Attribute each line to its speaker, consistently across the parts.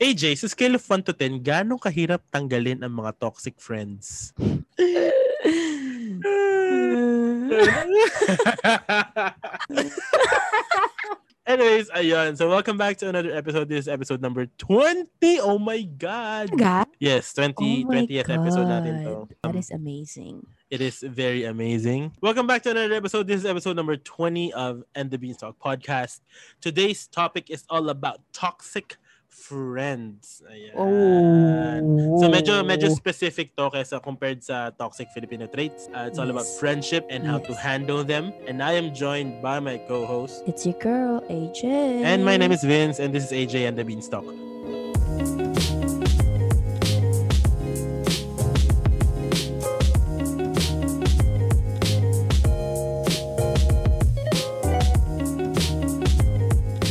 Speaker 1: AJ, sa scale of 1 to 10, gano'ng kahirap tanggalin ang mga toxic friends? Anyways, ayun. So, welcome back to another episode. This is episode number 20. Oh my God!
Speaker 2: God,
Speaker 1: Yes, 20,
Speaker 2: Oh my
Speaker 1: 20th episode natin to. Um,
Speaker 2: God. that is amazing.
Speaker 1: It is very amazing. Welcome back to another episode. This is episode number 20 of End the Beanstalk podcast. Today's topic is all about toxic friends. Ayan.
Speaker 2: Oh.
Speaker 1: So medyo medyo specific to kaysa compared sa toxic Filipino traits. Uh, it's all about
Speaker 2: Yes.
Speaker 1: friendship and how to
Speaker 2: Yes.
Speaker 1: handle them. And I am joined by my co-host.
Speaker 2: It's your girl, AJ.
Speaker 1: And my name is Vince and this is AJ and the Beanstalk.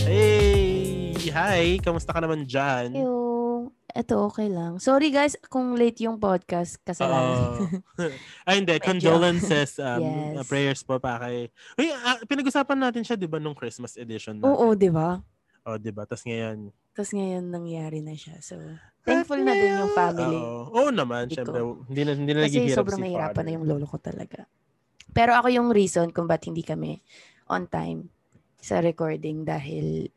Speaker 1: Hey! Hi! Kamusta ka naman dyan?
Speaker 2: Ew. Eto, okay lang. Sorry guys kung late yung podcast.
Speaker 1: Oo.
Speaker 2: Kasalanan.
Speaker 1: Ay, hindi.
Speaker 2: Medyo.
Speaker 1: Condolences. Um,
Speaker 2: Yes.
Speaker 1: uh, Prayers po pa kay... Uy, ah, pinag-usapan natin siya, di ba, nung Christmas edition na?
Speaker 2: Oo, di ba?
Speaker 1: Oh, di ba? Tapos ngayon...
Speaker 2: Tapos ngayon nangyari na siya. So, thankful na din yung family.
Speaker 1: Oo. Oo naman,
Speaker 2: Hindi
Speaker 1: syempre.
Speaker 2: ko.
Speaker 1: Hindi na, hindi na
Speaker 2: Kasi
Speaker 1: naghihirap
Speaker 2: sobrang
Speaker 1: si
Speaker 2: nahirapan
Speaker 1: father.
Speaker 2: na yung lolo ko talaga. Pero ako yung reason kung ba't hindi kami on time sa recording dahil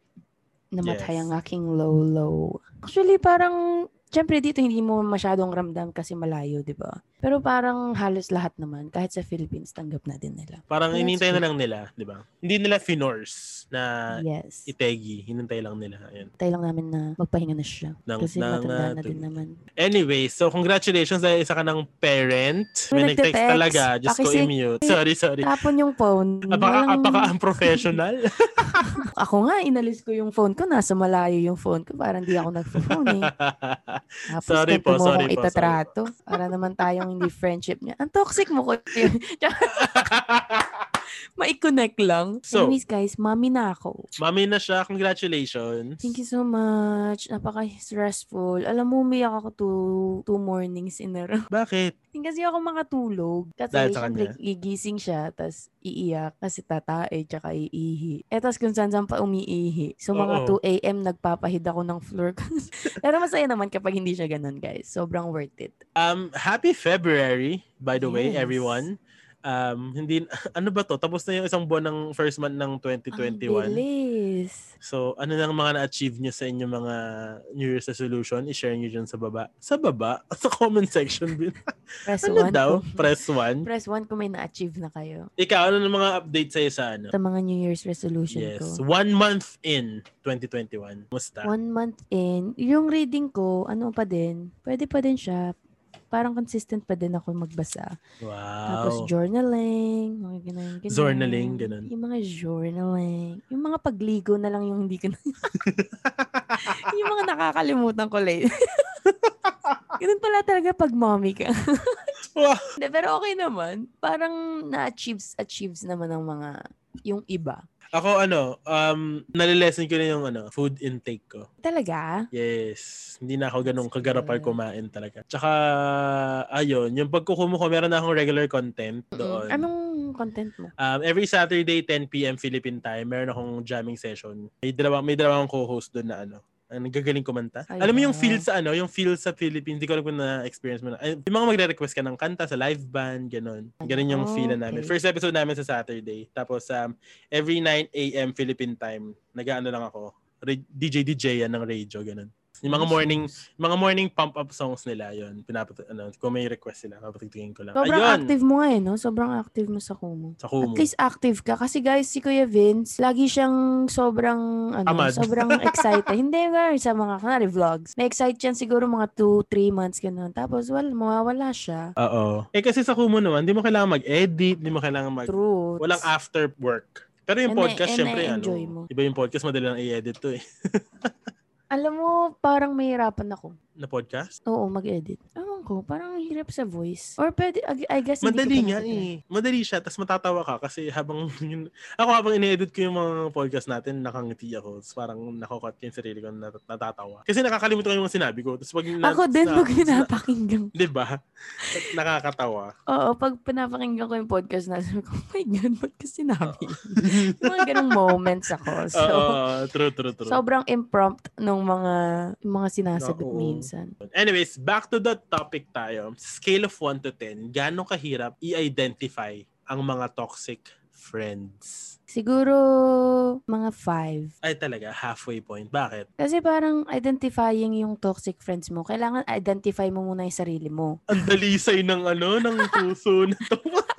Speaker 2: namatay
Speaker 1: Yes.
Speaker 2: ang aking lolo. Actually, parang, syempre dito hindi mo masyadong ramdam kasi malayo, di ba? Pero parang halos lahat naman, kahit sa Philippines, tanggap na din nila.
Speaker 1: Parang
Speaker 2: That's
Speaker 1: inintay na
Speaker 2: good.
Speaker 1: lang nila, di ba? Hindi nila finors na
Speaker 2: yes.
Speaker 1: itegi. Hinintay lang nila. Ayun.
Speaker 2: Tayo lang namin na magpahinga na siya.
Speaker 1: Nang-
Speaker 2: Kasi
Speaker 1: nang, ah,
Speaker 2: matanda na din
Speaker 1: tumi-
Speaker 2: naman.
Speaker 1: Anyway, so congratulations dahil isa ka ng parent.
Speaker 2: May
Speaker 1: May nag-text
Speaker 2: nagte-text.
Speaker 1: talaga. Just ko
Speaker 2: Pakisig.
Speaker 1: i-mute. Sorry, sorry.
Speaker 2: Tapon yung phone.
Speaker 1: Apaka,
Speaker 2: Walang-
Speaker 1: apaka unprofessional.
Speaker 2: Ako nga, inalis ko yung phone ko. Nasa malayo yung phone ko. Parang di ako nag-phone eh. Tapos
Speaker 1: Sorry
Speaker 2: ganito
Speaker 1: po,
Speaker 2: mo
Speaker 1: sorry
Speaker 2: akong
Speaker 1: po,
Speaker 2: itatrato. Para naman tayong hindi friendship niya. Ang toxic mo ko. Ma-connect lang.
Speaker 1: So-
Speaker 2: Anyways guys, mami na ako.
Speaker 1: Mami na siya. Congratulations.
Speaker 2: Thank you so much. Napaka-stressful. Alam mo, umiyak ako two, two mornings in a row.
Speaker 1: Bakit?
Speaker 2: Hindi kasi ako makatulog. Kasi
Speaker 1: Dahil sa
Speaker 2: syempre, gigising siya, tapos iiyak, kasi tatae, tsaka iihi. Eh, tapos kung saan saan pa umiihi. So, mga
Speaker 1: Oo.
Speaker 2: 2 a.m. nagpapahid ako ng floor. Pero masaya naman kapag hindi siya ganun, guys. Sobrang worth it.
Speaker 1: Um, happy February, by the way,
Speaker 2: Yes.
Speaker 1: everyone. Um, hindi, ano ba to? Tapos na yung isang buwan ng first month ng 2021.
Speaker 2: Ang bilis.
Speaker 1: So, ano lang mga na-achieve nyo sa inyong mga New Year's resolution? I-share nyo dyan sa baba. Sa baba? Sa comment section. Bin.
Speaker 2: Press
Speaker 1: ano
Speaker 2: one
Speaker 1: daw?
Speaker 2: kung-
Speaker 1: Press 1.
Speaker 2: Press 1 kung may na-achieve na kayo.
Speaker 1: Ikaw, ano ng mga update sa'yo sa ano?
Speaker 2: Sa mga New Year's resolution
Speaker 1: Yes.
Speaker 2: ko.
Speaker 1: One month in 2021. Musta?
Speaker 2: One month in, yung reading ko, ano pa din, pwede pa din siya. Parang consistent pa din ako magbasa.
Speaker 1: Wow.
Speaker 2: Tapos journaling, mga ganun, ganun.
Speaker 1: Journaling, ganun.
Speaker 2: Yung mga journaling. Yung mga pagligo na lang yung hindi ko na... yung mga nakakalimutan ko late. ganun pala talaga pag mommy ka.
Speaker 1: Wow.
Speaker 2: Hindi, Pero okay naman. Parang na-achieves, achieves naman ng mga yung iba.
Speaker 1: Ako ano, um, nalilesen ko na yung ano, food intake ko.
Speaker 2: Talaga?
Speaker 1: Yes. Hindi na ako ganun
Speaker 2: That's
Speaker 1: kagarapal
Speaker 2: good.
Speaker 1: kumain talaga. Tsaka, ayun, yung pagkukumo ko, meron na akong regular content doon.
Speaker 2: Mm, Anong content mo?
Speaker 1: Um, every Saturday, 10 p.m. Philippine time, meron akong jamming session. May dalawa, may dalawang co-host doon na ano. Ang gagaling kumanta.
Speaker 2: Ay,
Speaker 1: alam mo yung
Speaker 2: wow.
Speaker 1: feel sa ano, yung feel sa Philippines, hindi ko alam kung na-experience mo na. Ay, yung mga magre-request ka ng kanta sa live band, ganun. Ganun yung feel na namin.
Speaker 2: Oh, Okay.
Speaker 1: First episode namin sa Saturday. Tapos um, every 9 a.m. Philippine time, nag-ano lang ako, ra- DJ DJ yan ng radio, ganun. Yung mga morning, mga morning pump up songs nila yon pinapat ano kung may request sila papatugtugin ko lang
Speaker 2: Sobrang
Speaker 1: ayun
Speaker 2: active mo nga eh, no? Sobrang active mo sa Kumu.
Speaker 1: sa Kumu
Speaker 2: At least active ka. Kasi guys, si Kuya Vince, lagi siyang sobrang, ano,
Speaker 1: Tamad.
Speaker 2: sobrang excited. Hindi nga, sa mga, kanari, vlogs. May excited siya siguro mga 2-3 months, ganun. Tapos, well, mawawala siya.
Speaker 1: Oo. Eh kasi sa Kumu naman, di mo kailangan mag-edit, di mo kailangan mag...
Speaker 2: True. Eh,
Speaker 1: Walang after work. Pero yung
Speaker 2: And I-
Speaker 1: podcast,
Speaker 2: and
Speaker 1: syempre, ano,
Speaker 2: na-enjoy mo.
Speaker 1: eh. iba yung podcast, madali lang i-edit to eh.
Speaker 2: Alam mo, parang mahirapan ako.
Speaker 1: na podcast?
Speaker 2: Oo, mag-edit. Ewan ko, parang ang hirap sa voice. Or pwede, I I guess, hindi ko
Speaker 1: Madali
Speaker 2: pa
Speaker 1: nga
Speaker 2: natry.
Speaker 1: eh. Madali siya, tapos matatawa ka kasi habang yun, ako habang ini-edit ko yung mga podcast natin, nakangiti ako. Tapos parang nakukot ko yung sarili ko na nat- natatawa. Kasi nakakalimutan ko yung mga sinabi ko. Tapos pag na-
Speaker 2: Ako din,
Speaker 1: sa-
Speaker 2: pag
Speaker 1: sa-
Speaker 2: pinapakinggan. ko.
Speaker 1: Di ba? Nakakatawa.
Speaker 2: Oo, pag pinapakinggan ko yung podcast na, sabi ko, oh my God, ba't ko sinabi? yun?" mga ganong moments ako. So,
Speaker 1: Oo, true, true, true.
Speaker 2: sobrang impromptu ng mga mga sinasagot
Speaker 1: Oo.
Speaker 2: minsan.
Speaker 1: Anyways, back to the topic tayo. Scale of 1 to 10, gaano kahirap i-identify ang mga toxic friends?
Speaker 2: Siguro, mga five.
Speaker 1: Ay talaga, halfway point. Bakit?
Speaker 2: Kasi parang identifying yung toxic friends mo, kailangan identify mo muna yung sarili mo.
Speaker 1: Ang dalisay ng ano, ng puso na to.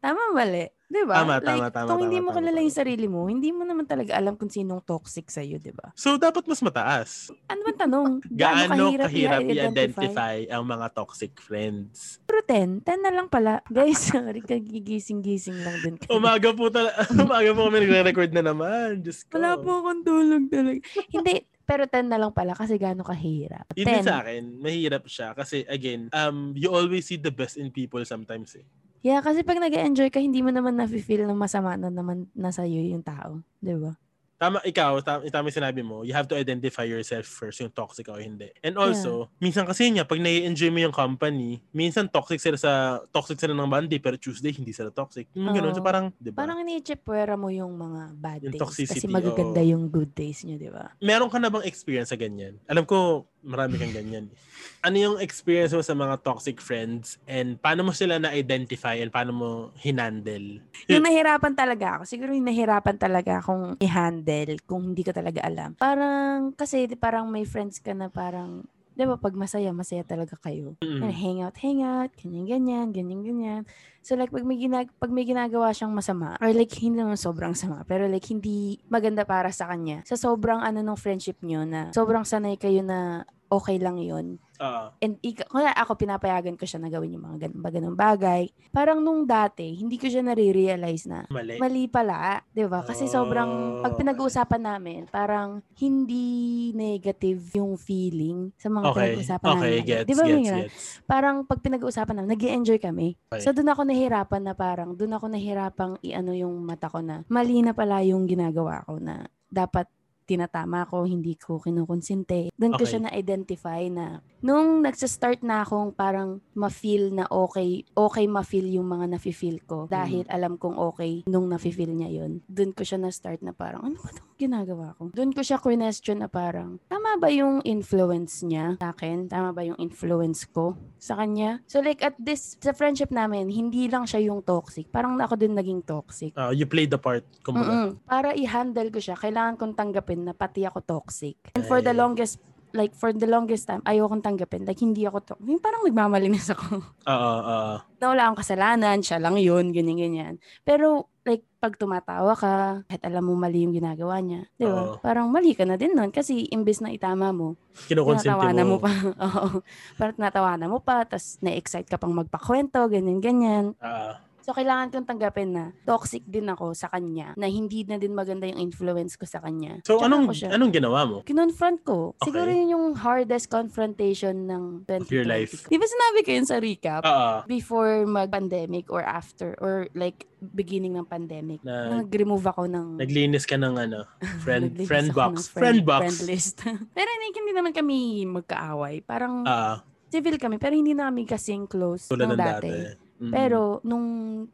Speaker 2: Tama mali. Di ba?
Speaker 1: Tama, tama,
Speaker 2: like,
Speaker 1: tama,
Speaker 2: Kung hindi
Speaker 1: tama,
Speaker 2: mo
Speaker 1: tama,
Speaker 2: kilala
Speaker 1: tama.
Speaker 2: yung sarili mo, hindi mo naman talaga alam kung sinong toxic sa'yo, di ba?
Speaker 1: So, dapat mas mataas.
Speaker 2: Ano man tanong?
Speaker 1: Gaano kahirap
Speaker 2: i-identify?
Speaker 1: i-identify ang mga toxic friends?
Speaker 2: Pero 10, 10 na lang pala. Guys, sorry, kagigising-gising lang din. kami.
Speaker 1: Umaga po talaga. Umaga po kami nagre-record na naman. Diyos ko.
Speaker 2: Wala po akong tulog talaga. hindi, pero 10 na lang pala kasi gaano kahirap.
Speaker 1: Yun din
Speaker 2: 10.
Speaker 1: sa akin, mahirap siya. Kasi again, um, you always see the best in people sometimes eh.
Speaker 2: Yeah, kasi pag nag enjoy ka, hindi mo naman nafe-feel na masama na naman nasa iyo yung tao. Di ba?
Speaker 1: Tama, ikaw, tama, tama yung sinabi mo, you have to identify yourself first yung toxic o hindi. And also, minsan kasi niya, pag nai-enjoy mo yung company, minsan toxic sila sa, toxic sila ng Monday, pero Tuesday, hindi sila toxic. Yung ganun, so
Speaker 2: Oo.
Speaker 1: parang, di ba?
Speaker 2: Parang ini-chipwera mo yung mga bad
Speaker 1: Yung
Speaker 2: days.
Speaker 1: toxicity,
Speaker 2: kasi magaganda
Speaker 1: oo.
Speaker 2: yung good days nyo, di ba?
Speaker 1: Meron ka na bang experience sa ganyan? Alam ko, marami kang ganyan. eh. Ano yung experience mo sa mga toxic friends and paano mo sila na-identify and paano mo hinandle?
Speaker 2: Yung nahirapan talaga ako. Siguro yung nahirapan talaga akong i-handle kung hindi ko talaga alam. Parang, kasi di- parang may friends ka na parang, di ba, pag masaya, masaya talaga kayo. Yan,
Speaker 1: Mm.
Speaker 2: hang out, hang out, ganyan, ganyan, ganyan, ganyan. So like, pag may, ginag pag may ginagawa siyang masama, or like, hindi naman sobrang sama, pero like, hindi maganda para sa kanya. Sa sobrang ano nung friendship nyo na sobrang sanay kayo na okay lang yon
Speaker 1: Oo.
Speaker 2: And ik- kung ako, pinapayagan ko siya na gawin yung mga ganun, ganun bagay. Parang nung dati, hindi ko siya nare-realize na
Speaker 1: mali.
Speaker 2: mali pala, 'di ba? Kasi sobrang pag
Speaker 1: Oh.
Speaker 2: pinag-uusapan namin, parang hindi negative yung feeling sa mga
Speaker 1: Okay.
Speaker 2: pinag-uusapan
Speaker 1: Okay,
Speaker 2: namin.
Speaker 1: gets,
Speaker 2: 'Di ba,
Speaker 1: gets,
Speaker 2: Mira?
Speaker 1: gets.
Speaker 2: parang pag pinag-uusapan namin, nag enjoy kami.
Speaker 1: Okay.
Speaker 2: So, doon ako nahirapan na parang, doon ako nahirapang i-ano yung mata ko na mali na pala yung ginagawa ko na dapat tinatama ko, hindi ko kinukonsinte. Doon ko
Speaker 1: Okay.
Speaker 2: siya na-identify na nung nagsastart na akong parang ma-feel na okay, okay ma-feel yung mga nafe-feel ko dahil alam kong okay nung nafe-feel niya yon Doon ko siya na-start na parang, ano ba itong ginagawa ko? Doon ko siya question na parang, tama ba yung influence niya sa akin? Tama ba yung influence ko sa kanya? So like at this, sa friendship namin, hindi lang siya yung toxic. Parang ako din naging toxic.
Speaker 1: Ah, you played the part, kumbaga.
Speaker 2: Mm-mm. Para i-handle ko siya, kailangan kong tanggapin na pati ako toxic. And for the
Speaker 1: Ay.
Speaker 2: longest like for the longest time, ayokong tanggapin. Like, hindi ako to. Yung parang nagmamalinis ako.
Speaker 1: Oo, oo.
Speaker 2: Na wala akong kasalanan, siya lang yun, ganyan-ganyan. Pero, like, pag tumatawa ka, kahit alam mo mali yung ginagawa niya, di
Speaker 1: Oo.
Speaker 2: ba? Parang mali ka na din nun. Kasi, imbes na itama mo,
Speaker 1: Kinukonsente
Speaker 2: tinatawanan
Speaker 1: mo.
Speaker 2: mo pa. Oo. Parang tinatawanan mo pa, tapos na-excite ka pang magpakwento, ganyan-ganyan.
Speaker 1: Ah,
Speaker 2: So, kailangan kong tanggapin na toxic din ako sa kanya, na hindi na din maganda yung influence ko sa kanya.
Speaker 1: so
Speaker 2: Tsaka
Speaker 1: anong
Speaker 2: ako siya-
Speaker 1: anong ginawa mo?
Speaker 2: kinonfront ko.
Speaker 1: Okay.
Speaker 2: Siguro yun yung hardest confrontation ng 2020.
Speaker 1: Of your life.
Speaker 2: Di ba sinabi ko yun sa recap?
Speaker 1: Ah, ah,
Speaker 2: Before mag-pandemic or after or like beginning ng pandemic.
Speaker 1: Na-
Speaker 2: nag-remove ako ng
Speaker 1: naglinis ka ng ano, friend
Speaker 2: naglinis
Speaker 1: friend
Speaker 2: ako ng
Speaker 1: box,
Speaker 2: friend,
Speaker 1: friend box.
Speaker 2: friend list. pero hindi, hindi naman kami magkaaway. Parang
Speaker 1: Ah,
Speaker 2: civil kami pero hindi namin kasing close
Speaker 1: tulad ng
Speaker 2: nung dati.
Speaker 1: dati. Mm.
Speaker 2: Pero nung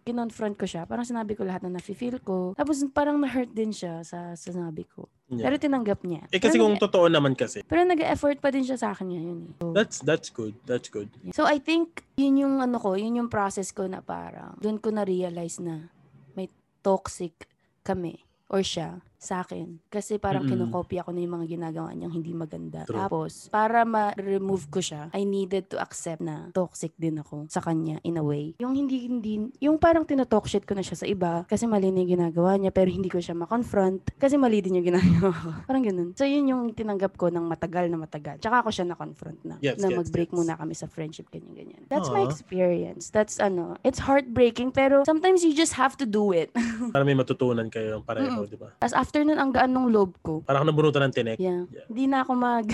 Speaker 2: kinonfront ko siya, parang sinabi ko lahat na nafe-feel ko. Tapos parang na-hurt din siya sa sinabi ko.
Speaker 1: Yeah.
Speaker 2: Pero tinanggap niya.
Speaker 1: eh kasi
Speaker 2: Pero
Speaker 1: kung totoo naman kasi.
Speaker 2: Pero nag-effort pa din siya sa akin ngayon eh. So,
Speaker 1: That's that's good. That's good.
Speaker 2: so I think yun yung ano ko, yun yung process ko na parang doon ko na realize na may toxic kami or siya sa akin. Kasi parang
Speaker 1: Mm-mm.
Speaker 2: kinokopya ko na yung mga ginagawa niyang hindi maganda.
Speaker 1: True.
Speaker 2: Tapos, para ma-remove ko siya, I needed to accept na toxic din ako sa kanya in a way. Yung hindi, hindi, yung parang tinatalk shit ko na siya sa iba kasi mali na yung ginagawa niya pero hindi ko siya ma-confront kasi mali din yung ginagawa ko. parang ganun. So, yun yung tinanggap ko ng matagal na matagal. Tsaka ako siya na-confront na.
Speaker 1: Yes,
Speaker 2: na
Speaker 1: yes,
Speaker 2: mag-break
Speaker 1: yes.
Speaker 2: muna na kami sa friendship, ganyan-ganyan. That's my
Speaker 1: Aw.
Speaker 2: experience. That's ano, it's heartbreaking, pero sometimes you just have to do it.
Speaker 1: Para may matutunan kayo pareho, di ba?
Speaker 2: As after nun, ang gaan nung loob ko.
Speaker 1: Parang nabunutan ng tinik.
Speaker 2: Yeah.
Speaker 1: Yeah.
Speaker 2: Hindi na ako mag...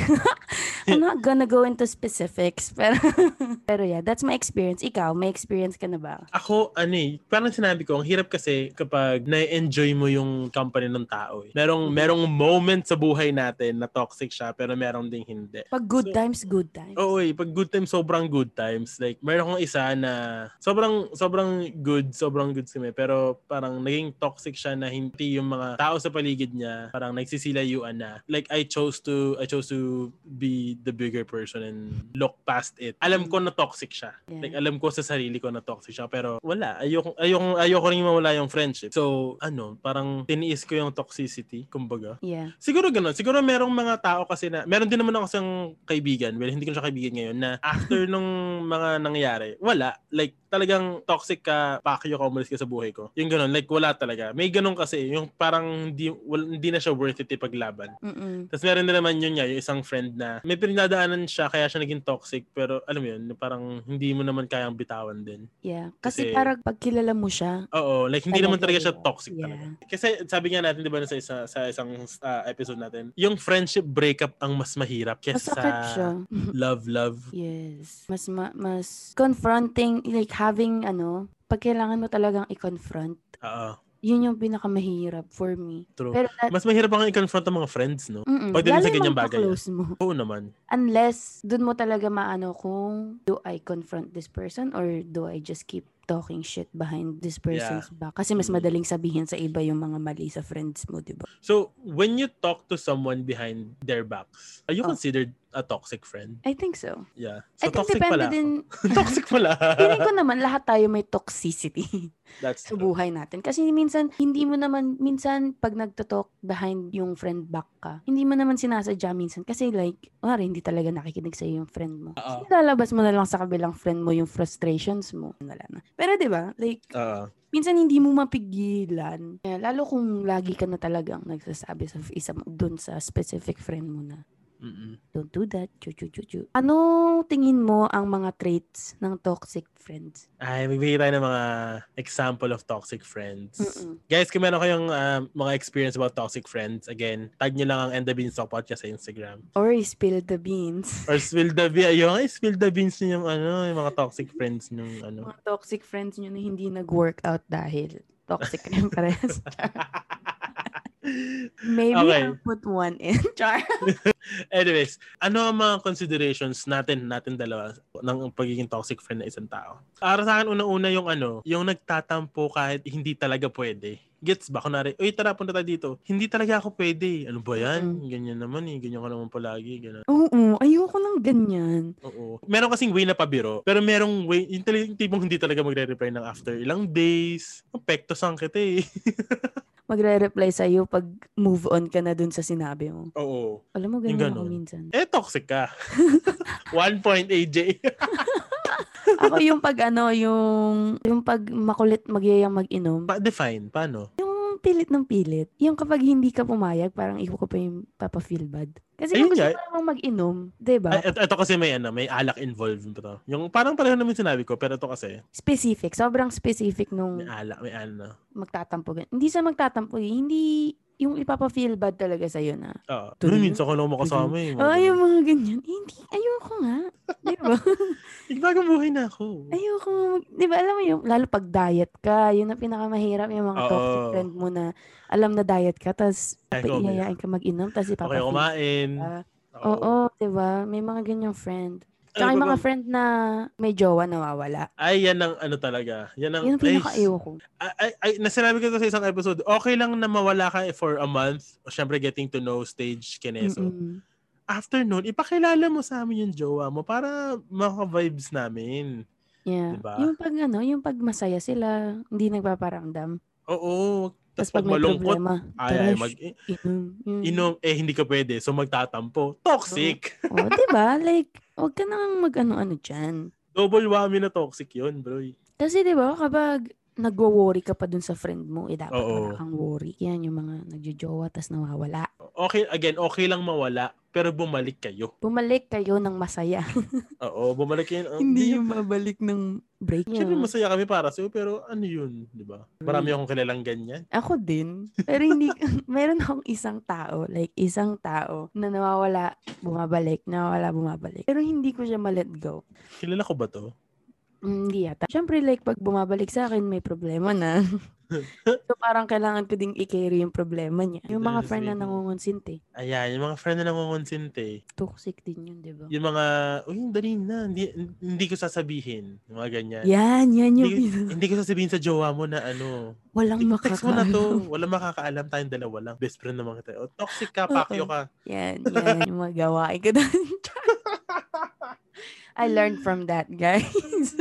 Speaker 2: I'm not gonna go into specifics, pero, pero yeah, that's my experience. Ikaw, may experience ka na ba?
Speaker 1: Ako, ano eh, parang sinabi ko, ang hirap kasi kapag na-enjoy mo yung company ng tao. Eh. Merong,
Speaker 2: Mm-hmm.
Speaker 1: merong moment sa buhay natin na toxic siya, pero merong ding hindi.
Speaker 2: Pag good
Speaker 1: So-
Speaker 2: times, good times.
Speaker 1: Oo eh, pag good times, sobrang good times. Like, meron akong isa na sobrang, sobrang good, sobrang good kami. Pero parang naging toxic siya na hindi yung mga tao sa paligid niya, parang nagsisilayuan na. Like, I chose to, I chose to be the bigger person and look past it. Alam ko na toxic siya.
Speaker 2: Yeah.
Speaker 1: Like, uh, alam ko sa sarili ko na toxic siya. Pero wala, ayoko, ayoko, ayoko rin mawala yung friendship. So, ano, parang tiniis ko yung toxicity, kumbaga.
Speaker 2: Yeah.
Speaker 1: Siguro ganun. Siguro merong mga tao kasi na, meron din naman ako isang kaibigan, well, hindi ko siya kaibigan ngayon, na after nung mga nangyari, wala. Like, talagang toxic ka, pakyo ka, umalis ka sa buhay ko. Yung ganun, like, wala talaga. May ganun kasi, yung parang hindi, wal- hindi na siya worth it ipaglaban.
Speaker 2: Mm-mm.
Speaker 1: Tapos meron din naman yun niya, yung isang friend na may pinagdadaanan siya, kaya siya naging toxic, pero alam mo yun, parang hindi mo naman kayang bitawan din.
Speaker 2: Yeah. Kasi,
Speaker 1: Kasi-
Speaker 2: parang pagkilala mo siya,
Speaker 1: Oo, like hindi naman
Speaker 2: Talaga
Speaker 1: talaga siya
Speaker 2: yun.
Speaker 1: toxic
Speaker 2: Yeah.
Speaker 1: talaga. Kasi sabi nga natin 'di ba sa isa sa isang ah, episode natin, yung friendship breakup ang mas mahirap kesa
Speaker 2: masakit siya.
Speaker 1: love love.
Speaker 2: Yes. Mas ma- mas confronting, like having ano, pag kailangan mo talagang i-confront,
Speaker 1: Oo,
Speaker 2: yun yung pinakamahirap for me.
Speaker 1: true.
Speaker 2: Pero that,
Speaker 1: mas mahirap ang i-confront ang mga friends, no?
Speaker 2: mm
Speaker 1: Pag din
Speaker 2: lalo
Speaker 1: sa ganyang
Speaker 2: yung mga
Speaker 1: bagay, ah.
Speaker 2: close mo.
Speaker 1: Oo naman.
Speaker 2: Unless, dun mo talaga maano kung do I confront this person or do I just keep talking shit behind this person's back. Kasi mas
Speaker 1: Mm.
Speaker 2: madaling sabihin sa iba yung mga mali sa friends mo, di ba?
Speaker 1: So, when you talk to someone behind their backs, are you
Speaker 2: Oh.
Speaker 1: considered a toxic friend?
Speaker 2: I think so.
Speaker 1: Yeah. So,
Speaker 2: I think
Speaker 1: toxic
Speaker 2: depende
Speaker 1: pala. ako.
Speaker 2: din.
Speaker 1: toxic pala.
Speaker 2: Feeling ko naman lahat tayo may toxicity.
Speaker 1: That's
Speaker 2: sa
Speaker 1: true.
Speaker 2: buhay natin. Kasi minsan, hindi mo naman, minsan pag nagtotalk behind yung friend back ka, hindi mo naman sinasadya minsan. Kasi like, wala hindi talaga nakikinig sa'yo yung friend mo.
Speaker 1: Oo.
Speaker 2: Kasi lalabas mo na lang sa kabilang friend mo yung frustrations mo. Wala na. Pero di ba like,
Speaker 1: Oo.
Speaker 2: minsan hindi mo mapigilan. Kaya Lalo kung lagi ka na talagang nagsasabi sa isa doon sa specific friend mo na,
Speaker 1: Mm-mm.
Speaker 2: don't do that, chu chu chu chu. Ano tingin mo ang mga traits ng toxic friends?
Speaker 1: Ay, magbigay tayo ng mga example of toxic friends.
Speaker 2: Mm-mm.
Speaker 1: Guys, kung meron kayong um, mga experience about toxic friends, again, tag nyo lang ang End the Beanstalk Podcast sa Instagram.
Speaker 2: Or spill the beans.
Speaker 1: Or spill the beans. Ayun, ay, spill the beans nyo yung, ano, yung mga toxic friends nyo. yung Ano.
Speaker 2: mga toxic friends nyo na hindi nag-workout dahil toxic kayong parehas. Maybe
Speaker 1: Okay.
Speaker 2: I'll put one in. Char.
Speaker 1: Anyways, ano ang mga considerations natin, natin dalawa, ng pagiging toxic friend na isang tao? Para sa akin, una-una yung ano, yung nagtatampo kahit hindi talaga pwede. Gets ba? Kunwari, uy, tara, punta tayo dito. Hindi talaga ako pwede. Ano ba yan?
Speaker 2: Mm.
Speaker 1: Ganyan naman eh. Ganyan ka naman palagi. Ganyan.
Speaker 2: Oo, ayoko ng ganyan.
Speaker 1: Oo. Meron kasing way na pabiro, pero merong way, yung, tali- yung tipong hindi talaga magre-reply ng after ilang days. Ang pekto sang kita eh.
Speaker 2: Magre-reply sa'yo pag move on ka na dun sa sinabi mo.
Speaker 1: Oo.
Speaker 2: Alam mo,
Speaker 1: Yung
Speaker 2: ganyan ako
Speaker 1: ganun.
Speaker 2: minsan.
Speaker 1: Eh, toxic ka. One point, AJ.
Speaker 2: Ako yung pag ano, yung, yung pag makulit magyayang mag-inom,
Speaker 1: Pa-define, paano?
Speaker 2: yung pilit ng pilit. Yung kapag hindi ka pumayag, parang ikaw ko pa yung papa-feel bad. Kasi kung
Speaker 1: Ayun
Speaker 2: gusto
Speaker 1: nga.
Speaker 2: mo namang mag-inom, diba? di ba?
Speaker 1: Ay, et- eto kasi may ano, may alak involved ito. Yung parang pareho naman sinabi ko, pero ito kasi,
Speaker 2: Specific. Sobrang specific nung
Speaker 1: may alak, may ano.
Speaker 2: magtatampo. gan- Hindi sa magtatampo, eh, hindi yung ipapa-feel bad talaga sa'yo na.
Speaker 1: Oo.
Speaker 2: Tuloy.
Speaker 1: Noon, minsan ko lang makasama eh.
Speaker 2: Oh, yung mga ganyan. Eh, hindi, ayoko nga. Diba? Di ba?
Speaker 1: Ibagang buhay na ako.
Speaker 2: ayoko nga. mag- Di ba, alam mo yung, lalo pag diet ka, yun ang pinakamahirap yung mga
Speaker 1: Oo.
Speaker 2: toxic friend mo na alam na diet ka, tapos
Speaker 1: Ay, ko,
Speaker 2: paiyayain ka mag-inom, tapos
Speaker 1: Okay,
Speaker 2: ipapa-feel.
Speaker 1: kumain.
Speaker 2: ka. Oo, di ba? May mga ganyang friend.
Speaker 1: Ano
Speaker 2: Tsaka
Speaker 1: ba
Speaker 2: yung mga
Speaker 1: ba-
Speaker 2: friend na may jowa nawawala.
Speaker 1: Ay, yan ang ano talaga. Yan ang,
Speaker 2: Yun ang
Speaker 1: Ay,
Speaker 2: pinaka-ayoko.
Speaker 1: ay, ay- ay, nasinabi ko to sa isang episode, okay lang na mawala ka eh for a month. O, syempre, getting to know stage, kineso.
Speaker 2: Mm-mm.
Speaker 1: After nun, ipakilala mo sa amin yung jowa mo para maka-vibes namin.
Speaker 2: Yeah.
Speaker 1: Diba?
Speaker 2: Yung pag ano, yung pag masaya sila, hindi nagpaparamdam.
Speaker 1: Oo.
Speaker 2: Tapos
Speaker 1: Tapos
Speaker 2: pag may
Speaker 1: malungkot,
Speaker 2: problema,
Speaker 1: ay, ay,
Speaker 2: tara,
Speaker 1: mag, eh,
Speaker 2: inom. Mm.
Speaker 1: inom, eh, hindi ka pwede. So, magtatampo. Toxic.
Speaker 2: Oh, 'di ba? Like, wag ka nang mag-ano-ano diyan.
Speaker 1: Double whammy na toxic yun, bro.
Speaker 2: Kasi 'di ba kapag nagwo-worry ka pa dun sa friend mo, eh dapat
Speaker 1: Oo.
Speaker 2: wala kang worry. Yan yung mga nagjojowa tas nawawala.
Speaker 1: Okay, again, okay lang mawala. pero bumalik kayo.
Speaker 2: Bumalik kayo ng masaya.
Speaker 1: Oo, bumalik kayo. ah, di-
Speaker 2: Hindi yung mabalik ng break.
Speaker 1: Siyempre masaya kami para sa'yo, pero ano yun, di ba? Marami
Speaker 2: Mm.
Speaker 1: akong kilalang ganyan.
Speaker 2: Ako din. Pero hindi, meron akong isang tao, like isang tao na nawawala, bumabalik, nawawala, bumabalik. Pero hindi ko siya ma-let go.
Speaker 1: Kilala ko ba to?
Speaker 2: Mm, Hindi yata. Siyempre, like, pag bumabalik sa akin, may problema na. so, parang kailangan ko ding i-carry yung problema niya. Yung
Speaker 1: Yes,
Speaker 2: mga friend na
Speaker 1: baby.
Speaker 2: nangungonsinte,
Speaker 1: Ayan, yung mga friend na nangungonsinte.
Speaker 2: toxic din yun, di ba?
Speaker 1: Yung mga, uy, dali na, hindi, hindi ko sasabihin. Yung mga ganyan.
Speaker 2: Yan, yan yung
Speaker 1: Hindi,
Speaker 2: pin-
Speaker 1: hindi ko sasabihin sa jowa mo na ano,
Speaker 2: walang
Speaker 1: text mo na
Speaker 2: makakaalam.
Speaker 1: to, walang makakaalam tayong dalawa lang. Best friend naman kita. O, toxic ka, pakyo ka.
Speaker 2: Yan, yan. Yung mga gawain ko doon. I learned from that, guys.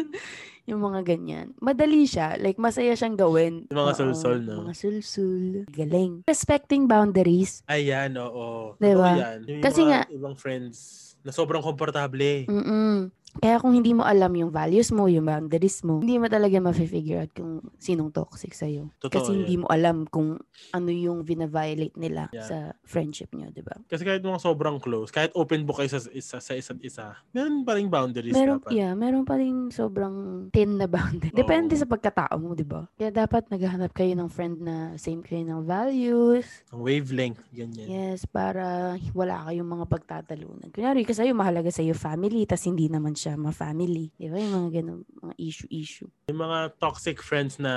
Speaker 2: yung mga ganyan. Madali siya. Like, masaya siyang gawin.
Speaker 1: Yung mga
Speaker 2: Oo,
Speaker 1: sulsol, no?
Speaker 2: Mga sulsul. Galing. Respecting boundaries.
Speaker 1: Ayan, oo.
Speaker 2: Diba?
Speaker 1: Totoo yan. Yung
Speaker 2: Kasi
Speaker 1: mga
Speaker 2: nga-
Speaker 1: ibang friends na sobrang komportable.
Speaker 2: Mm-mm. Kaya kung hindi mo alam yung values mo, yung boundaries mo, hindi mo talaga ma-figure out kung sinong toxic sa'yo.
Speaker 1: Totoo
Speaker 2: Kasi
Speaker 1: yan.
Speaker 2: hindi mo alam kung ano yung vina-violate nila
Speaker 1: Yeah.
Speaker 2: sa friendship nyo, di ba?
Speaker 1: Kasi kahit mga sobrang close, kahit open book kayo sa, isa, sa isa't isa, meron pa rin boundaries
Speaker 2: Meron,
Speaker 1: dapat.
Speaker 2: yeah, meron pa rin sobrang thin na boundary. Depende
Speaker 1: Oo.
Speaker 2: sa pagkatao mo, di ba? Kaya dapat naghahanap kayo ng friend na same kayo ng values.
Speaker 1: Ang wavelength, ganyan.
Speaker 2: Yes, para wala kayong mga pagtatalunan. Kunyari, kasi sa'yo, mahalaga sa'yo family, tas hindi naman siya ma-family. Di ba? Yung mga ganun, mga issue-issue.
Speaker 1: Yung mga toxic friends na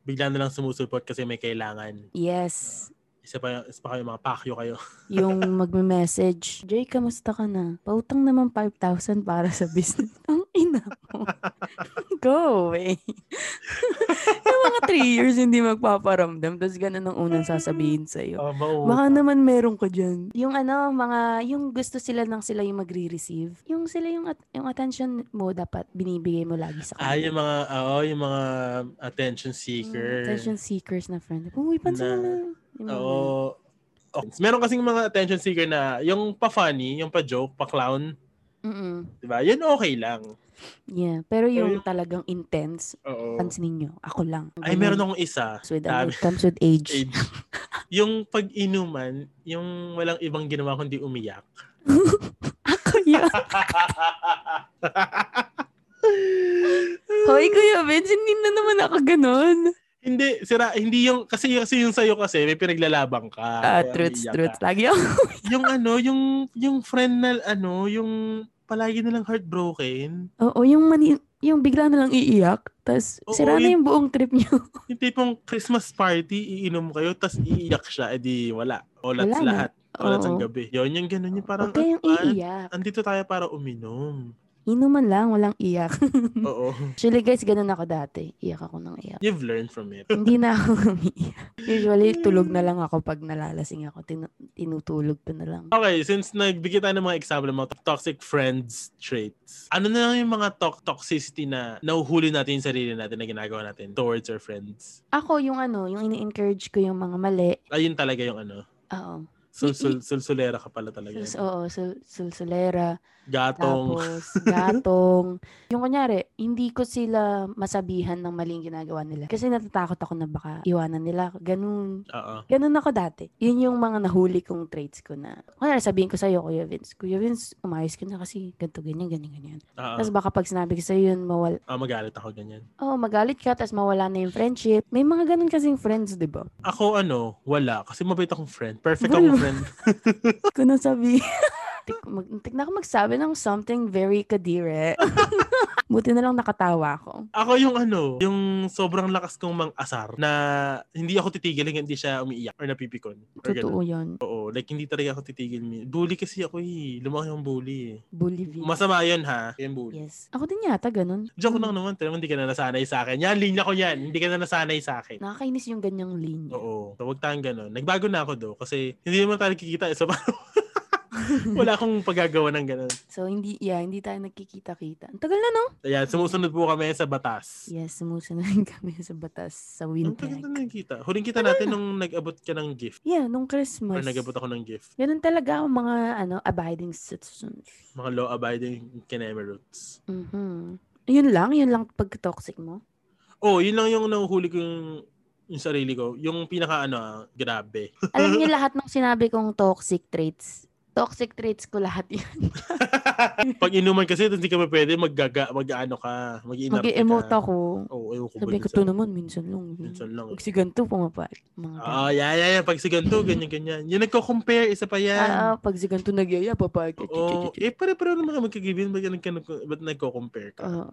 Speaker 1: bigla na lang sumusulpot kasi may kailangan.
Speaker 2: Yes.
Speaker 1: Isa pa, isa pa kayo, mga pakyo kayo.
Speaker 2: Yung magme-message, Jay, kamusta ka na? Pautang naman 5,000 para sa business. Ang ina mo. Go away. yung mga 3 years hindi magpaparamdam, tapos ganun ang unang sasabihin sa'yo.
Speaker 1: Oh, mauutang.
Speaker 2: Baka naman meron ka dyan. Yung ano, mga, yung gusto sila nang sila yung magre-receive. Yung sila yung, at- yung attention mo dapat binibigay mo lagi sa kanila.
Speaker 1: Ah, yung mga, oo, yung mga attention
Speaker 2: Mm,
Speaker 1: seeker.
Speaker 2: attention seekers na friend. Uy, pansin
Speaker 1: Na-
Speaker 2: mo na. Yung mga ganun.
Speaker 1: Oo. Oh, meron kasing mga attention seeker na yung pa-funny, yung pa-joke, pa-clown,
Speaker 2: Mm-mm.
Speaker 1: di ba? Yun okay lang.
Speaker 2: Yeah. Pero yung
Speaker 1: yung-
Speaker 2: talagang intense,
Speaker 1: Oo.
Speaker 2: pansinin nyo, ako lang.
Speaker 1: Ay,
Speaker 2: Ganun.
Speaker 1: meron akong isa.
Speaker 2: Comes with,
Speaker 1: Dami.
Speaker 2: it comes with age.
Speaker 1: Age. yung pag-inuman, yung walang ibang ginawa kundi umiyak.
Speaker 2: Ako yun. Hoy, Kuya Vince, hindi na naman ako ganun.
Speaker 1: hindi, sira, hindi yung, kasi, yung- kasi yung sa'yo kasi, may pinaglalabang ka.
Speaker 2: Ah,
Speaker 1: kaya
Speaker 2: truths,
Speaker 1: umiiyak
Speaker 2: truths.
Speaker 1: ka.
Speaker 2: Lagi ako.
Speaker 1: Yung ano, yung, yung friend na, ano, yung palagi na lang heartbroken.
Speaker 2: Oo, yung, mani- yung bigla na lang iiyak, tapos
Speaker 1: Oo,
Speaker 2: sira na
Speaker 1: yun.
Speaker 2: yung buong trip nyo.
Speaker 1: Yung tipong Christmas party, iinom kayo, tas iiyak siya, edi wala. Olat
Speaker 2: Wala na.
Speaker 1: lahat. Olat ang
Speaker 2: Oo.
Speaker 1: gabi. Yun, yung ganun, yung parang,
Speaker 2: Huwag kayong
Speaker 1: ah,
Speaker 2: iiyak.
Speaker 1: andito tayo para uminom.
Speaker 2: Inuman lang, walang iyak.
Speaker 1: Oo.
Speaker 2: Actually guys, ganun ako dati. Iyak ako ng iyak.
Speaker 1: You've learned from it.
Speaker 2: Hindi na ako umiiyak. Usually, tulog na lang ako pag nalalasing ako. Tinu- tinutulog ko na lang.
Speaker 1: Okay, since nagbigay tayo ng mga example ng mga to- toxic friends traits, ano na lang yung mga to- toxicity na nauhuli natin yung sarili natin na ginagawa natin towards our friends?
Speaker 2: Ako, yung ano, yung ini-encourage ko yung mga mali.
Speaker 1: Ayun talaga yung ano.
Speaker 2: Oo.
Speaker 1: Sul, sul, sulsulera ka pala talaga.
Speaker 2: Sus, oh. oo, sul- sulsulera.
Speaker 1: Gatong.
Speaker 2: Tapos, gatong. yung kunyari, hindi ko sila masabihan ng maling ginagawa nila. Kasi natatakot ako na baka iwanan nila. ako. Ganun.
Speaker 1: Oo.
Speaker 2: Ganun ako dati. Yun yung mga nahuli kong traits ko na. Kunyari, sabihin ko sa'yo, Kuya Vince. Kuya Vince, umayos ka na kasi ganito, ganyan, ganyan, ganyan.
Speaker 1: Oo.
Speaker 2: Tapos baka pag sinabi ko sa'yo yun, mawal,
Speaker 1: Ah, magalit ako ganyan.
Speaker 2: oh, magalit ka, tapos mawala na yung friendship. May mga ganun kasing friends, di ba?
Speaker 1: Ako ano, wala. Kasi mabait akong friend. Perfect
Speaker 2: Wala.
Speaker 1: akong friend.
Speaker 2: ko na sabi. Tik- mag- tik na ako magsabi ng something very kadire. Buti na lang nakatawa ako.
Speaker 1: Ako yung ano, yung sobrang lakas kong mang-asar na hindi ako titigil hanggang hindi siya umiiyak or napipikon. Or ganun.
Speaker 2: Totoo yun.
Speaker 1: Oo, like hindi talaga ako titigil. Bully kasi ako eh. Lumaki akong bully eh.
Speaker 2: Bolivia.
Speaker 1: Masama yun ha, yung bully.
Speaker 2: yes. Ako din yata ganun.
Speaker 1: Joke lang naman, talagang hindi ka na nasanay sa akin. Yan, linya ko yan. Hindi ka na nasanay sa akin.
Speaker 2: Nakakainis yung ganyang linya.
Speaker 1: Oo. So, huwag tayong ganun. Nagbago na ako do kasi hindi naman tayo nakikita. So, parang wala akong paggagawa ng ganun.
Speaker 2: So, hindi, yeah, hindi tayo nagkikita-kita. Ang tagal na, no?
Speaker 1: Ayan, sumusunod po kami sa batas.
Speaker 2: Yes, sumusunod kami sa batas, sa
Speaker 1: Ang
Speaker 2: wind
Speaker 1: tagal
Speaker 2: tank.
Speaker 1: na nakikita. Huling kita natin nung nag-abot ka ng gift.
Speaker 2: Yeah, nung
Speaker 1: Or
Speaker 2: Christmas.
Speaker 1: nag-abot ako ng gift.
Speaker 2: Ganun talaga ang mga, ano, abiding citizens.
Speaker 1: Mga law-abiding Kineme roots.
Speaker 2: Mhm. Yun lang, yun lang pag-toxic mo.
Speaker 1: Oh, yun lang yung nahuhuli ko yung, yung sarili ko. Yung pinaka ano, ah, grabe.
Speaker 2: Alam niyo lahat ng sinabi kong toxic traits, Toxic traits ko lahat yun.
Speaker 1: Pag inuman kasi, hindi ka pa pwede magaga, mag-ano ka, mag-iinarte ka.
Speaker 2: Mag-emote ako.
Speaker 1: Oo, ayoko ba
Speaker 2: Sabi
Speaker 1: dun
Speaker 2: ko
Speaker 1: sa-
Speaker 2: to naman, minsan lang.
Speaker 1: Minsan lang.
Speaker 2: Pag si ganito, pumapal. Mga ganun.
Speaker 1: Ah, yeah, yeah, yeah. Pag si ganito, ganyan, ganyan. Yung nagko-compare, isa pa
Speaker 2: Ah,
Speaker 1: yan.
Speaker 2: pag si ganito nagyaya, papag.
Speaker 1: Oo. eh, pare-pareho naman ka magkagibin. Ba't, nagko- ba't nagko-compare ka?
Speaker 2: Ah.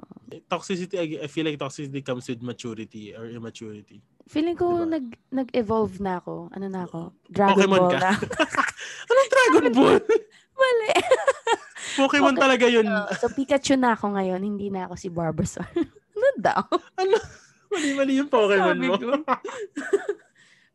Speaker 1: Toxicity, I, I feel like toxicity comes with maturity or immaturity.
Speaker 2: feeling ko
Speaker 1: Diba?
Speaker 2: nag, nag-evolve na ako. Ano na ako? Dragon
Speaker 1: Pokemon
Speaker 2: Ball
Speaker 1: ka.
Speaker 2: na.
Speaker 1: Anong Dragon Ball?
Speaker 2: Mali.
Speaker 1: Pokemon
Speaker 2: Poke-
Speaker 1: talaga yun.
Speaker 2: Oo, so, Pikachu na ako ngayon. Hindi na ako si Bulbasaur. ano daw?
Speaker 1: Mali-mali yung Pokemon
Speaker 2: Sabi
Speaker 1: mo.
Speaker 2: ko.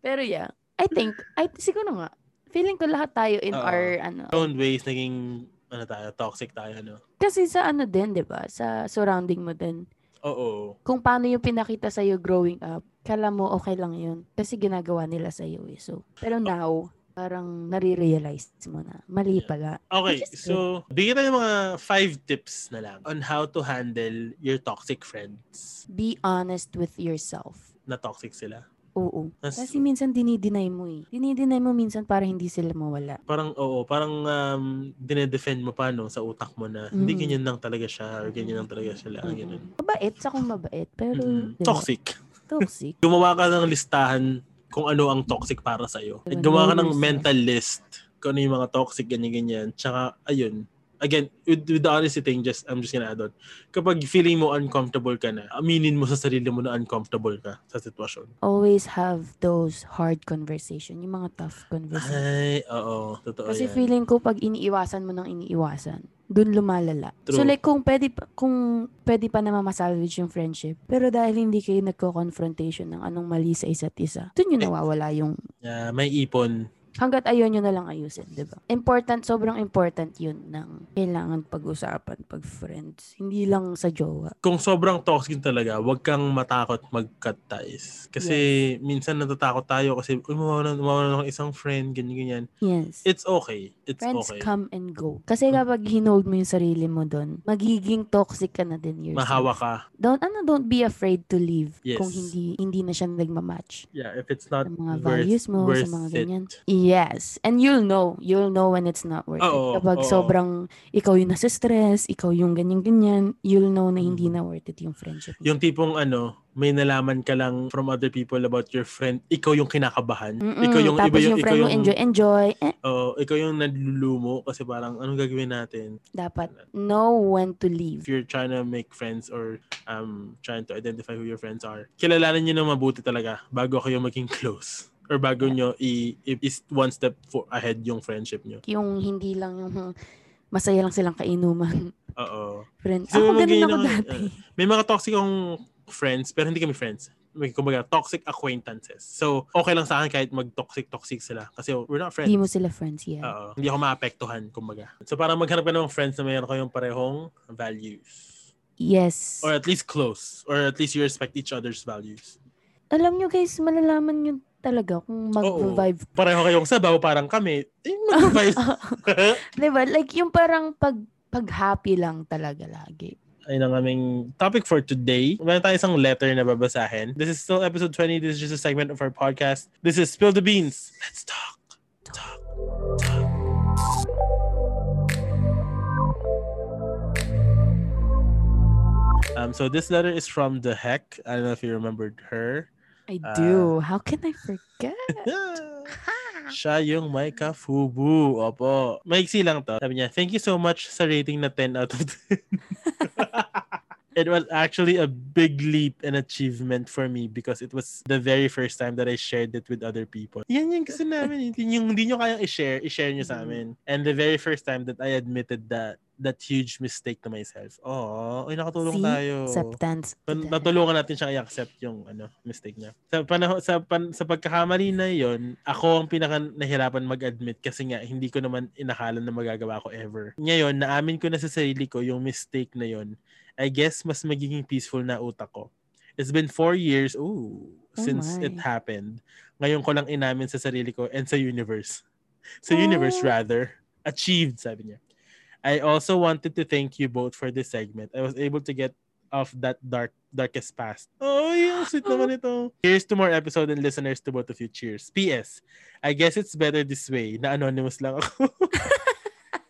Speaker 2: Pero yeah. I think, I, siguro nga, feeling ko lahat tayo in
Speaker 1: Oo.
Speaker 2: our, ano,
Speaker 1: own ways, naging, ano tayo, toxic tayo, ano.
Speaker 2: kasi sa ano din, di ba? Sa surrounding mo din.
Speaker 1: Oo.
Speaker 2: Kung paano yung pinakita sa'yo growing up, kala mo okay lang yun. Kasi ginagawa nila sa'yo eh. So, pero now, parang nare-realize mo na. Mali
Speaker 1: Yeah.
Speaker 2: pala.
Speaker 1: Okay,
Speaker 2: Which is
Speaker 1: so, bigyan tayo ng mga five tips na lang on how to handle your toxic friends
Speaker 2: Be honest with yourself.
Speaker 1: na toxic sila.
Speaker 2: Oo.
Speaker 1: Nas-
Speaker 2: Kasi minsan dinideny mo eh. Dinideny mo minsan para hindi sila mawala.
Speaker 1: parang, oo, parang um, dinedefend mo pa, no, sa utak mo na hindi
Speaker 2: Mm.
Speaker 1: ganyan lang talaga siya or ganyan lang talaga sila.
Speaker 2: Mm.
Speaker 1: Ganun.
Speaker 2: Mabait sa kung mabait, pero
Speaker 1: Mm.
Speaker 2: di ba?
Speaker 1: Toxic.
Speaker 2: Toxic.
Speaker 1: Gumawa ka ng listahan kung ano ang toxic para sa'yo.
Speaker 2: Diba,
Speaker 1: Gumawa ka
Speaker 2: know
Speaker 1: ng
Speaker 2: yourself.
Speaker 1: mental list kung ano yung mga toxic, ganyan-ganyan. Tsaka, ayun, again, with, with the honesty thing, just, I'm just gonna add on. Kapag feeling mo uncomfortable ka na, aminin mo sa sarili mo na uncomfortable ka sa sitwasyon.
Speaker 2: Always have those hard conversation, yung mga tough conversation.
Speaker 1: Ay, oo, totoo
Speaker 2: Kasi
Speaker 1: yan.
Speaker 2: feeling ko pag iniiwasan mo ng iniiwasan, dun lumalala. So
Speaker 1: True.
Speaker 2: like kung pwede pa, kung pwede pa naman masalvage yung friendship, pero dahil hindi kayo nagko-confrontation ng anong mali sa isa't isa, dun yung
Speaker 1: Eh.
Speaker 2: nawawala yung
Speaker 1: Yeah, may ipon.
Speaker 2: hanggat ayaw nyo na lang ayusin, di ba? Important, sobrang important yun ng kailangan pag-usapan pag friends. Hindi lang sa jowa.
Speaker 1: kung sobrang toxic talaga, huwag kang matakot mag-cut ties. Kasi minsan natatakot tayo kasi "Uy, mawawala mawawala ng isang friend, ganyan-ganyan.
Speaker 2: Yes.
Speaker 1: It's okay. It's
Speaker 2: Friends
Speaker 1: okay.
Speaker 2: come and go. Kasi kapag hinold mo yung sarili mo doon, magiging toxic ka na din yourself.
Speaker 1: Mahawa ka.
Speaker 2: Don't, ano, don't be afraid to leave
Speaker 1: Yes.
Speaker 2: kung hindi hindi na siya nagmamatch
Speaker 1: Yeah, if it's not
Speaker 2: sa mga
Speaker 1: worth,
Speaker 2: values mo,
Speaker 1: worth
Speaker 2: sa mga
Speaker 1: it.
Speaker 2: ganyan. Yes. And you'll know. You'll know when it's not worth
Speaker 1: Oo,
Speaker 2: it. Kapag
Speaker 1: oo.
Speaker 2: sobrang ikaw yung nasa stress, ikaw yung ganyan-ganyan, you'll know na hindi
Speaker 1: Mhm.
Speaker 2: na worth it yung friendship mo.
Speaker 1: Yung tipong ano, may nalaman ka lang from other people about your friend, ikaw yung kinakabahan.
Speaker 2: Mm-mm.
Speaker 1: Ikaw yung
Speaker 2: Tapos
Speaker 1: iba yung,
Speaker 2: yung
Speaker 1: ikaw
Speaker 2: friend
Speaker 1: yung,
Speaker 2: mo, enjoy, enjoy. Eh,
Speaker 1: oo, ikaw yung nalulumo kasi parang anong gagawin natin?
Speaker 2: dapat know when to
Speaker 1: if
Speaker 2: leave.
Speaker 1: you're trying to make friends or um trying to identify who your friends are, kilalanin niyo nang mabuti talaga bago kayo maging close or bago niyo i, i is one step for ahead yung friendship niyo.
Speaker 2: Yung hindi lang yung hmm, masaya lang silang kainuman.
Speaker 1: Oo.
Speaker 2: Friend.
Speaker 1: Kasi mga
Speaker 2: ako ganun
Speaker 1: ganyan
Speaker 2: ako
Speaker 1: ako,
Speaker 2: dati.
Speaker 1: May mga toxic akong friends pero hindi kami friends. May kumbaga toxic acquaintances. So okay lang sa akin kahit mag toxic toxic sila kasi we're not friends.
Speaker 2: Hindi mo sila friends, yeah.
Speaker 1: Oo. Hindi ako maapektuhan kumbaga. So parang maghanap ka ng friends na mayroon kayong parehong values.
Speaker 2: Yes.
Speaker 1: Or at least close. Or at least you respect each other's values.
Speaker 2: Alam nyo guys, malalaman nyo talaga kung mag-vibe.
Speaker 1: pareho kayong sabaw, parang kami, eh, mag-advise.
Speaker 2: Diba? Like yung parang pag pag-happy lang talaga lagi.
Speaker 1: Ayun ang aming topic for today. Meron tayong isang letter na babasahin. This is still episode 20. This is just a segment of our podcast. This is Spill the Beans. Let's talk. Talk. Talk. Um, so this letter is from the heck. I don't know if you remembered her.
Speaker 2: I
Speaker 1: Ah.
Speaker 2: do. How can I forget?
Speaker 1: Siya yung may kafubu. Opo. Maiksi lang to. Sabi niya, thank you so much sa rating na 10 out of 10. It was actually a big leap and achievement for me because it was the very first time that I shared it with other people. Yan yung gusto namin. Yun Yung hindi nyo kayang i-share, i-share nyo sa amin. And the very first time that I admitted that that huge mistake to myself. Oh, ay nakatulong
Speaker 2: See?
Speaker 1: tayo.
Speaker 2: Acceptance.
Speaker 1: Pan- natulungan natin siyang i-accept yung ano, mistake niya. Sa panaho, sa pan, sa pagkakamali na 'yon, ako ang pinaka nahirapan mag-admit kasi nga hindi ko naman inakala na magagawa ko ever. Ngayon, naamin ko na sa sarili ko yung mistake na 'yon. I guess mas magiging peaceful na utak ko. It's been four years, ooh, since
Speaker 2: my.
Speaker 1: it happened. Ngayon ko lang inamin sa sarili ko and sa universe. Sa universe
Speaker 2: Oh.
Speaker 1: rather. Achieved, sabi niya. I also wanted to thank you both for this segment. I was able to get off that dark darkest past. Oh, yeah, sweet naman ito. Here's to more episode and listeners to both of you. Cheers. PS, I guess it's better this way na anonymous lang ako.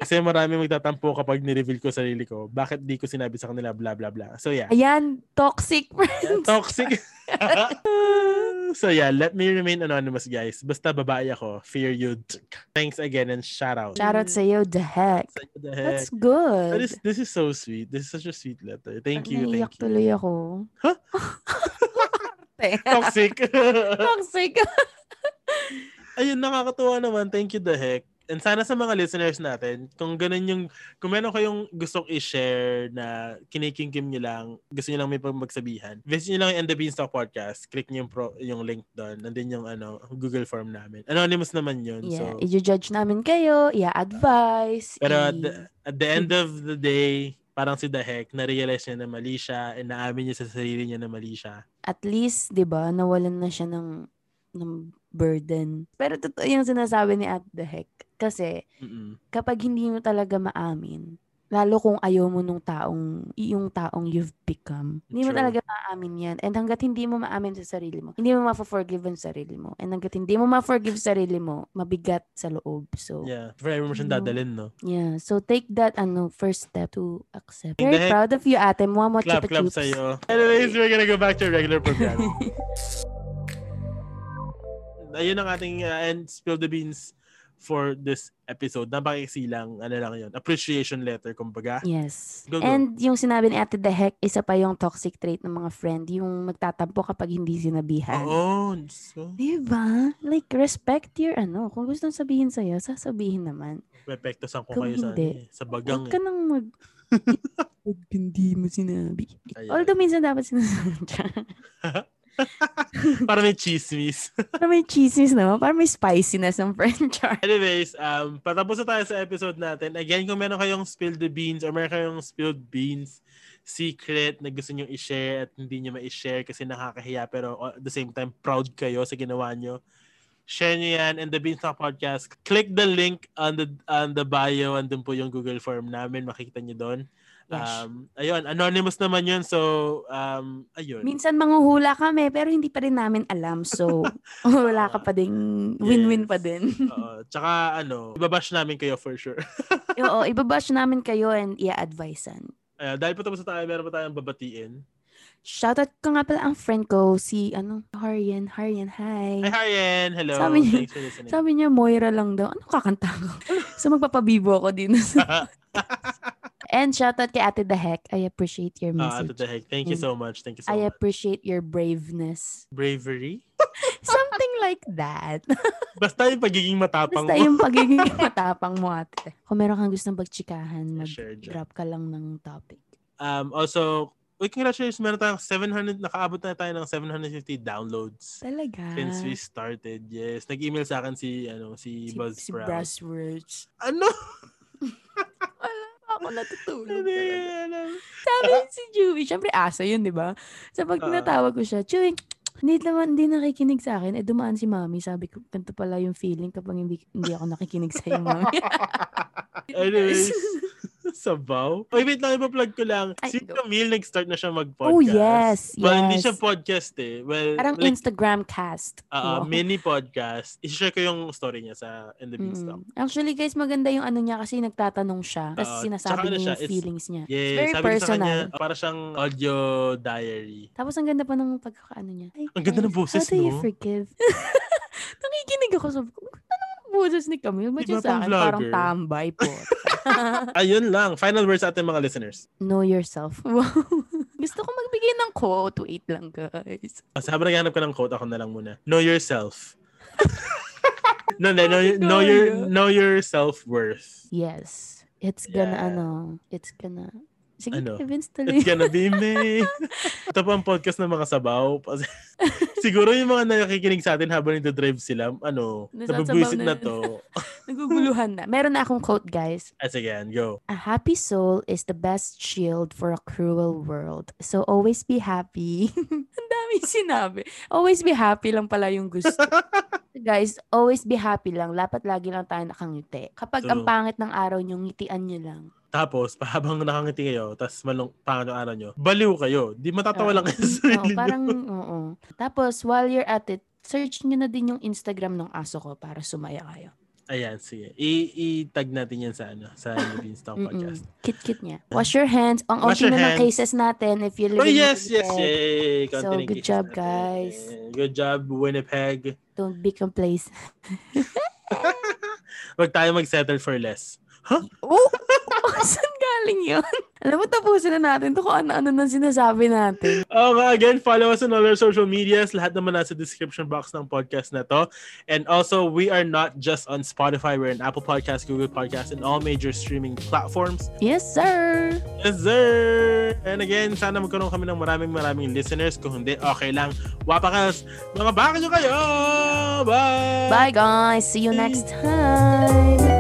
Speaker 1: Kasi marami magtatampo kapag nireveal ko sarili ko. Bakit di ko sinabi sa kanila blah blah blah. So yeah.
Speaker 2: Ayan, toxic friends.
Speaker 1: Toxic. so yeah, let me remain anonymous guys. Basta babae ako. Fear you. Thanks again and shout out.
Speaker 2: Shout out sa iyo, the heck.
Speaker 1: Sa'yo the heck.
Speaker 2: That's good.
Speaker 1: That is, this is so sweet. This is such a sweet letter. Thank you.
Speaker 2: Naiyak
Speaker 1: Thank you.
Speaker 2: tuloy ako.
Speaker 1: Huh?
Speaker 2: Arte.
Speaker 1: Toxic.
Speaker 2: toxic.
Speaker 1: Ayun, nakakatuwa naman. Thank you the heck. And sana sa mga listeners natin, kung ganun yung, kung meron kayong gustong i-share na kinikingkim nyo lang, gusto nyo lang may pagsabihan, visit nyo lang yung And the Beanstalk Podcast, click nyo yung, pro, yung link doon, nandun yung ano, Google form namin. Anonymous naman yun. So,
Speaker 2: Yeah, i-judge namin kayo, i-advise.
Speaker 1: pero at
Speaker 2: i-
Speaker 1: the, at the end of the day, parang si The Heck, na-realize niya na mali siya, and naamin niya sa sarili niya na mali siya.
Speaker 2: at least, 'di ba, nawalan na siya ng ng burden. Pero totoo yung sinasabi ni At the Heck. Kasi
Speaker 1: Mm-mm.
Speaker 2: kapag hindi mo talaga maamin, lalo kung ayaw mo nung taong, yung taong you've become, hindi mo
Speaker 1: True.
Speaker 2: talaga maamin yan. And hanggat hindi mo maamin sa sarili mo, hindi mo ma-forgive ang sarili mo. And hanggat hindi mo ma-forgive sarili mo, mabigat sa loob. So,
Speaker 1: Yeah.
Speaker 2: yeah.
Speaker 1: Forever mo siyang
Speaker 2: Ano?
Speaker 1: dadalhin, no?
Speaker 2: So, take that, ano, first step to accept.
Speaker 1: Ang
Speaker 2: Very
Speaker 1: dahil-
Speaker 2: proud of you, ate. Muha mo,
Speaker 1: Clap,
Speaker 2: chupa
Speaker 1: clap
Speaker 2: chups.
Speaker 1: sa'yo. Anyways, we're gonna go back to our regular program. Ayun ang ating uh, and spill the beans for this episode. Napakisilang, ano lang yun, appreciation letter, kumbaga.
Speaker 2: Yes.
Speaker 1: Go, go.
Speaker 2: And yung sinabi ni Ate The Heck, isa pa yung toxic trait ng mga friend, yung magtatampo kapag hindi sinabihan.
Speaker 1: Oo. So,
Speaker 2: Diba? Like, respect your ano. Kung gusto nang sabihin sa'yo, sasabihin naman.
Speaker 1: pepekto sa ko kayo
Speaker 2: Kung
Speaker 1: sa, ano
Speaker 2: hindi.
Speaker 1: eh, sa
Speaker 2: Huwag
Speaker 1: bagang.
Speaker 2: ka nang mag... Huwag hindi mo sinabi.
Speaker 1: eh. Ayan.
Speaker 2: Although minsan dapat sinasadya.
Speaker 1: Para may chismis.
Speaker 2: Para may chismis naman. Para may spiciness ng French char.
Speaker 1: Anyways, um, patapos na tayo sa episode natin. Again, kung meron kayong spilled the beans or meron kayong spilled beans secret na gusto nyo i-share at hindi nyo ma-share kasi nakakahiya pero at the same time proud kayo sa ginawa nyo, share nyo yan and the Beanstalk Podcast. Click the link on the, on the bio. Andun po yung Google form namin. Makikita nyo doon.
Speaker 2: Yes.
Speaker 1: Um, ayun, anonymous naman yun. So, um, ayun.
Speaker 2: Minsan manghuhula kami, pero hindi pa rin namin alam. So, wala ka pa ding win-win
Speaker 1: Yes.
Speaker 2: pa din.
Speaker 1: Oo. tsaka ano, ibabash namin kayo for sure.
Speaker 2: Oo, ibabash namin kayo and ia-advisean.
Speaker 1: Ayan, dahil patapos na tayo, meron pa tayong babatiin.
Speaker 2: Shoutout ko nga pala ang friend ko, si ano, Harian. Harian, hi.
Speaker 1: Hi, Harian. Hello.
Speaker 2: Sabi niya-
Speaker 1: Thanks for listening.
Speaker 2: Sabi niya, Moira lang daw. Ano kakanta ko? so, magpapabibo ako din.
Speaker 1: Ah,
Speaker 2: And shoutout kay Ate The Heck. I appreciate
Speaker 1: Ah,
Speaker 2: your
Speaker 1: Ate
Speaker 2: message.
Speaker 1: Tehek, thank you
Speaker 2: And
Speaker 1: so much. Thank you so
Speaker 2: I
Speaker 1: much.
Speaker 2: appreciate your braveness.
Speaker 1: Bravery.
Speaker 2: Something like that.
Speaker 1: Basta yung pagiging matapang mo.
Speaker 2: Basta yung pagiging matapang mo, ate. Kung meron kang gustong pagtsikahan,
Speaker 1: Sure, Jen.
Speaker 2: mag-drop ka lang ng topic.
Speaker 1: Um, also, uy, congratulations. Meron tayong 700, nakaabot na tayo ng 750 downloads.
Speaker 2: Talaga.
Speaker 1: Since we started, yes. Nag-email sa akin si, ano, si,
Speaker 2: Ah. Si,
Speaker 1: Buzz
Speaker 2: si
Speaker 1: Sprout.
Speaker 2: Buzzwords.
Speaker 1: Ano?
Speaker 2: Wala ako natutulog.
Speaker 1: Hindi,
Speaker 2: talaga.
Speaker 1: alam.
Speaker 2: Sabi si Chewy, syempre asa yun, di ba? Sa pag
Speaker 1: Oo.
Speaker 2: tinatawag ko siya, Chewy, hindi naman, hindi nakikinig sa akin. Eh, dumaan si mami. Sabi ko, ganito pala yung feeling kapag hindi, hindi ako nakikinig sa iyo, mami.
Speaker 1: Anyways, sabaw. Uy, wait lang, ipa-plug ko lang.
Speaker 2: Ay,
Speaker 1: Si
Speaker 2: go.
Speaker 1: Camille nag-start na siya mag-podcast.
Speaker 2: Oh, yes,
Speaker 1: Well, hindi
Speaker 2: yes.
Speaker 1: siya podcast eh. Well,
Speaker 2: Parang
Speaker 1: like,
Speaker 2: Instagram cast.
Speaker 1: Ah, ah,
Speaker 2: Wow. Mm.
Speaker 1: mini podcast. I-share ko yung story niya sa In the Beanstalk.
Speaker 2: Mm. Actually guys, maganda yung ano niya kasi nagtatanong siya. Tapos
Speaker 1: Oo, tsaka
Speaker 2: sinasabi
Speaker 1: ano
Speaker 2: niya
Speaker 1: siya,
Speaker 2: yung
Speaker 1: it's-
Speaker 2: feelings niya.
Speaker 1: Yeah,
Speaker 2: very
Speaker 1: sabi ko sa kanya,
Speaker 2: personal.
Speaker 1: para siyang audio diary.
Speaker 2: Tapos ang ganda pa ng pagkakaano niya. Ay,
Speaker 1: Ang ganda ng
Speaker 2: guys,
Speaker 1: boses,
Speaker 2: How do you
Speaker 1: no?
Speaker 2: forgive? Nakikinig ako sa... Ano ang boses ni Camille? Ba't
Speaker 1: Di ba
Speaker 2: yung sa
Speaker 1: pang
Speaker 2: akin parang
Speaker 1: vlogger?
Speaker 2: tambay po?
Speaker 1: Ayun lang. Final words sa ating mga listeners.
Speaker 2: know yourself. Wow. Gusto ko magbigay ng quote. Wait lang, guys.
Speaker 1: Oh, habang naghanap ka ng quote, ako na lang muna. Know yourself. no, no, know,
Speaker 2: Sabi ko,
Speaker 1: know your
Speaker 2: yeah.
Speaker 1: know your self-worth.
Speaker 2: Yes. It's gonna,
Speaker 1: Yeah.
Speaker 2: ano, it's gonna... Sige,
Speaker 1: Ano?
Speaker 2: Vince, tuloy.
Speaker 1: It's gonna be me. Ito po ang podcast ng mga sabaw. Siguro yung mga nakikinig sa atin habang nagdadrive sila, ano,
Speaker 2: Nasasabaw
Speaker 1: nabubwisit
Speaker 2: na
Speaker 1: na
Speaker 2: yun.
Speaker 1: to.
Speaker 2: Naguguluhan na. Meron na akong quote, guys.
Speaker 1: As again, go.
Speaker 2: A happy soul is the best shield for a cruel world. So always be happy. Ang dami sinabi. Always be happy lang pala yung gusto. Guys, always be happy lang. Dapat lagi lang tayo nakangiti. Kapag ang
Speaker 1: True.
Speaker 2: pangit ng araw nyo, ngitian nyo lang.
Speaker 1: Tapos, habang nakangiti kayo, tas malung pangano araw nyo, baliw kayo. Di matatawa lang kayo sa
Speaker 2: Ah. Oo,
Speaker 1: sarili nyo.
Speaker 2: parang, oo. Tapos, while you're at it, search nyo na din yung Instagram ng aso ko para sumaya kayo.
Speaker 1: Ayan, sige. I- i-tag natin yan sa ano, sa The Beanstalk
Speaker 2: Mm-mm.
Speaker 1: podcast.
Speaker 2: Kit-kit niya. Wash your hands. Ang
Speaker 1: Wash
Speaker 2: ultimo
Speaker 1: your
Speaker 2: ng
Speaker 1: hands.
Speaker 2: cases natin if you live
Speaker 1: Oh,
Speaker 2: in
Speaker 1: yes, yes,
Speaker 2: Winnipeg,
Speaker 1: yay!
Speaker 2: So,
Speaker 1: Counting
Speaker 2: good
Speaker 1: cases
Speaker 2: job,
Speaker 1: natin.
Speaker 2: guys.
Speaker 1: Good job, Winnipeg.
Speaker 2: Don't be complacent.
Speaker 1: Huwag tayo mag-settle for less.
Speaker 2: Oh! Saan galing yun? Alam mo, tapusin na natin to kung ano-ano nang sinasabi natin.
Speaker 1: Oh, again, follow us on all our social medias. Lahat naman nasa description box ng podcast na to. And also, we are not just on Spotify. We're on Apple Podcasts, Google Podcasts, and all major streaming platforms.
Speaker 2: Yes, sir!
Speaker 1: Yes, sir! And again, sana magkaroon kami ng maraming maraming listeners. Kung hindi, okay lang. Wapakas! Mga baka nyo kayo! Bye!
Speaker 2: Bye, guys! See you next time!